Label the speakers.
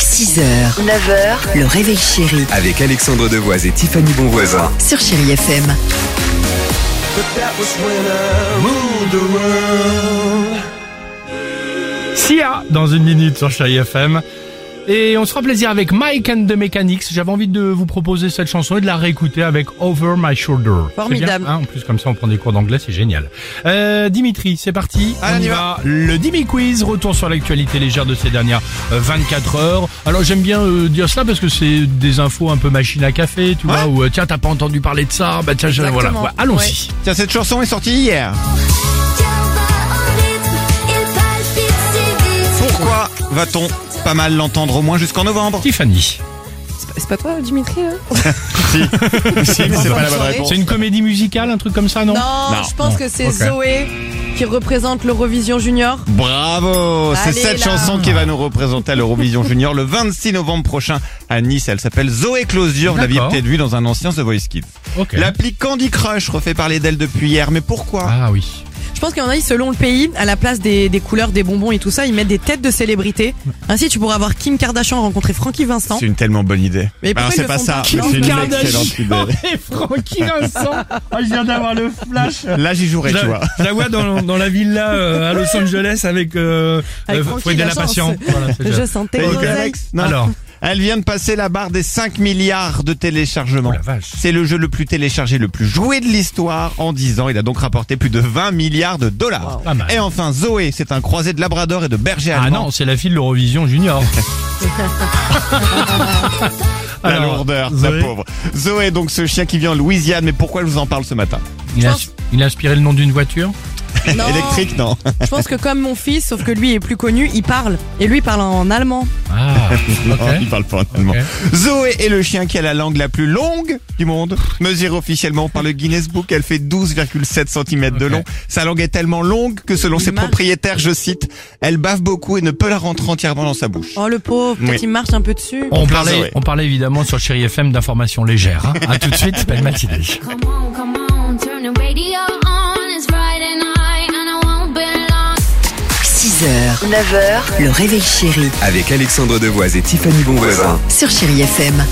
Speaker 1: 6h, 9h, le réveil chéri
Speaker 2: Avec Alexandre Devoise et Tiffany Bonvoisin.
Speaker 1: sur Chéri FM.
Speaker 3: Sia dans une minute sur Chérie FM. Et on se fera plaisir avec Mike and the Mechanics. J'avais envie de vous proposer cette chanson et de la réécouter avec Over My Shoulder. C'est
Speaker 4: Formidable.
Speaker 3: bien, hein en plus, comme ça, on prend des cours d'anglais, c'est génial. Euh, Dimitri, c'est parti. on y va. Le Dimi Quiz, retour sur l'actualité légère de ces dernières euh, 24 heures. Alors, j'aime bien euh, dire cela parce que c'est des infos un peu machine à café, tu vois, ou euh, tiens, t'as pas entendu parler de ça, bah tiens, je- voilà.
Speaker 4: Exactement.
Speaker 3: Ouais, Allons-y.
Speaker 5: Tiens, cette chanson est sortie hier. Pourquoi va-t-on pas mal l'entendre au moins jusqu'en novembre
Speaker 3: Tiffany,
Speaker 4: C'est pas- C'est pas toi, Dimitri là
Speaker 5: Si, mais c'est
Speaker 4: pas la bonne réponse.
Speaker 3: c'est une comédie musicale, un truc comme ça, non
Speaker 4: Non, je pense que c'est
Speaker 3: Ok.
Speaker 4: Zoé qui représente l'Eurovision Junior.
Speaker 5: Bravo C'est
Speaker 4: Allez,
Speaker 5: cette
Speaker 4: là.
Speaker 5: chanson qui va nous représenter à l'Eurovision Junior le 26 novembre prochain à Nice. Elle s'appelle Zoé Closure. Vous l'aviez
Speaker 3: D'accord.
Speaker 5: peut-être vu dans un ancien The Voice Kids.
Speaker 3: Ok.
Speaker 5: L'appli Candy Crush refait parler d'elle depuis hier. Mais pourquoi
Speaker 3: Ah oui.
Speaker 4: Je pense qu'il y en a, selon le pays, à la place des, des couleurs, des bonbons et tout ça, ils mettent des têtes de célébrités. Ainsi, tu pourras avoir Kim Kardashian rencontrer Frankie Vincent.
Speaker 5: C'est une tellement bonne idée.
Speaker 4: Mais
Speaker 5: Alors,
Speaker 4: pourquoi ils
Speaker 5: c'est
Speaker 4: le
Speaker 5: pas
Speaker 4: font
Speaker 5: ça.
Speaker 4: pas
Speaker 5: mais C'est une
Speaker 3: Kardashian
Speaker 5: excellente idée.
Speaker 3: et Francky Vincent. Oh, je viens d'avoir le flash.
Speaker 5: Là, j'y jouerai,
Speaker 3: Je
Speaker 5: tu vois.
Speaker 3: la, je la vois dans, dans la villa euh, à Los Angeles avec, euh,
Speaker 4: Avec
Speaker 3: euh,
Speaker 4: Francky,
Speaker 3: Fouet de
Speaker 4: la
Speaker 3: la
Speaker 4: chance.
Speaker 3: Patience. Voilà, c'est
Speaker 4: Je
Speaker 3: ça.
Speaker 4: sentais
Speaker 5: Ok.
Speaker 4: l'oseille.
Speaker 5: Non.
Speaker 3: Alors,
Speaker 5: Elle vient de passer la barre des 5 milliards de téléchargements.
Speaker 3: Oh la vache.
Speaker 5: C'est le jeu le plus téléchargé, le plus joué de l'histoire en 10 ans. Il a donc rapporté plus de 20 milliards de dollars.
Speaker 3: Pas mal.
Speaker 5: Et enfin, Zoé, c'est un croisé de Labrador et de berger
Speaker 3: ah
Speaker 5: allemand.
Speaker 3: non, c'est la fille de l'Eurovision Junior.
Speaker 5: la
Speaker 3: Alors,
Speaker 5: lourdeur,
Speaker 3: Zoé,
Speaker 5: la pauvre. Zoé, donc ce chien qui vient en Louisiane, mais pourquoi je vous en parle ce matin
Speaker 3: Il
Speaker 4: Je
Speaker 3: a,
Speaker 4: pense-
Speaker 3: il a inspiré le nom d'une voiture.
Speaker 4: Non,
Speaker 5: Électrique, non.
Speaker 4: Je pense que comme mon fils, sauf que lui est plus connu, il parle. Et lui il parle en allemand.
Speaker 3: Ah, ok.
Speaker 5: Non, il parle pas en allemand.
Speaker 3: Ok.
Speaker 5: Zoé est le chien qui a la langue la plus longue du monde. Mesurée officiellement par le Guinness Book, elle fait 12,7 cm de
Speaker 3: Ok.
Speaker 5: long. Sa langue est tellement longue que selon ses
Speaker 4: Image.
Speaker 5: propriétaires, je cite, elle bave beaucoup et ne peut la rentrer entièrement dans sa bouche.
Speaker 4: Oh le pauvre, peut-être
Speaker 5: Oui.
Speaker 4: qu'il marche un peu dessus.
Speaker 3: On
Speaker 5: plein
Speaker 3: parlait,
Speaker 5: Zoé.
Speaker 3: on parlait évidemment sur Chéri FM d'informations légères. hein. À tout de suite, belle matinée.
Speaker 6: Come on, come on, turn the radio on. It's Friday night and I won't be long.
Speaker 1: 6h, 9h, le réveil chéri
Speaker 2: Avec Alexandre Devoise et Tiffany Bonvoisin.
Speaker 1: sur Chéri FM.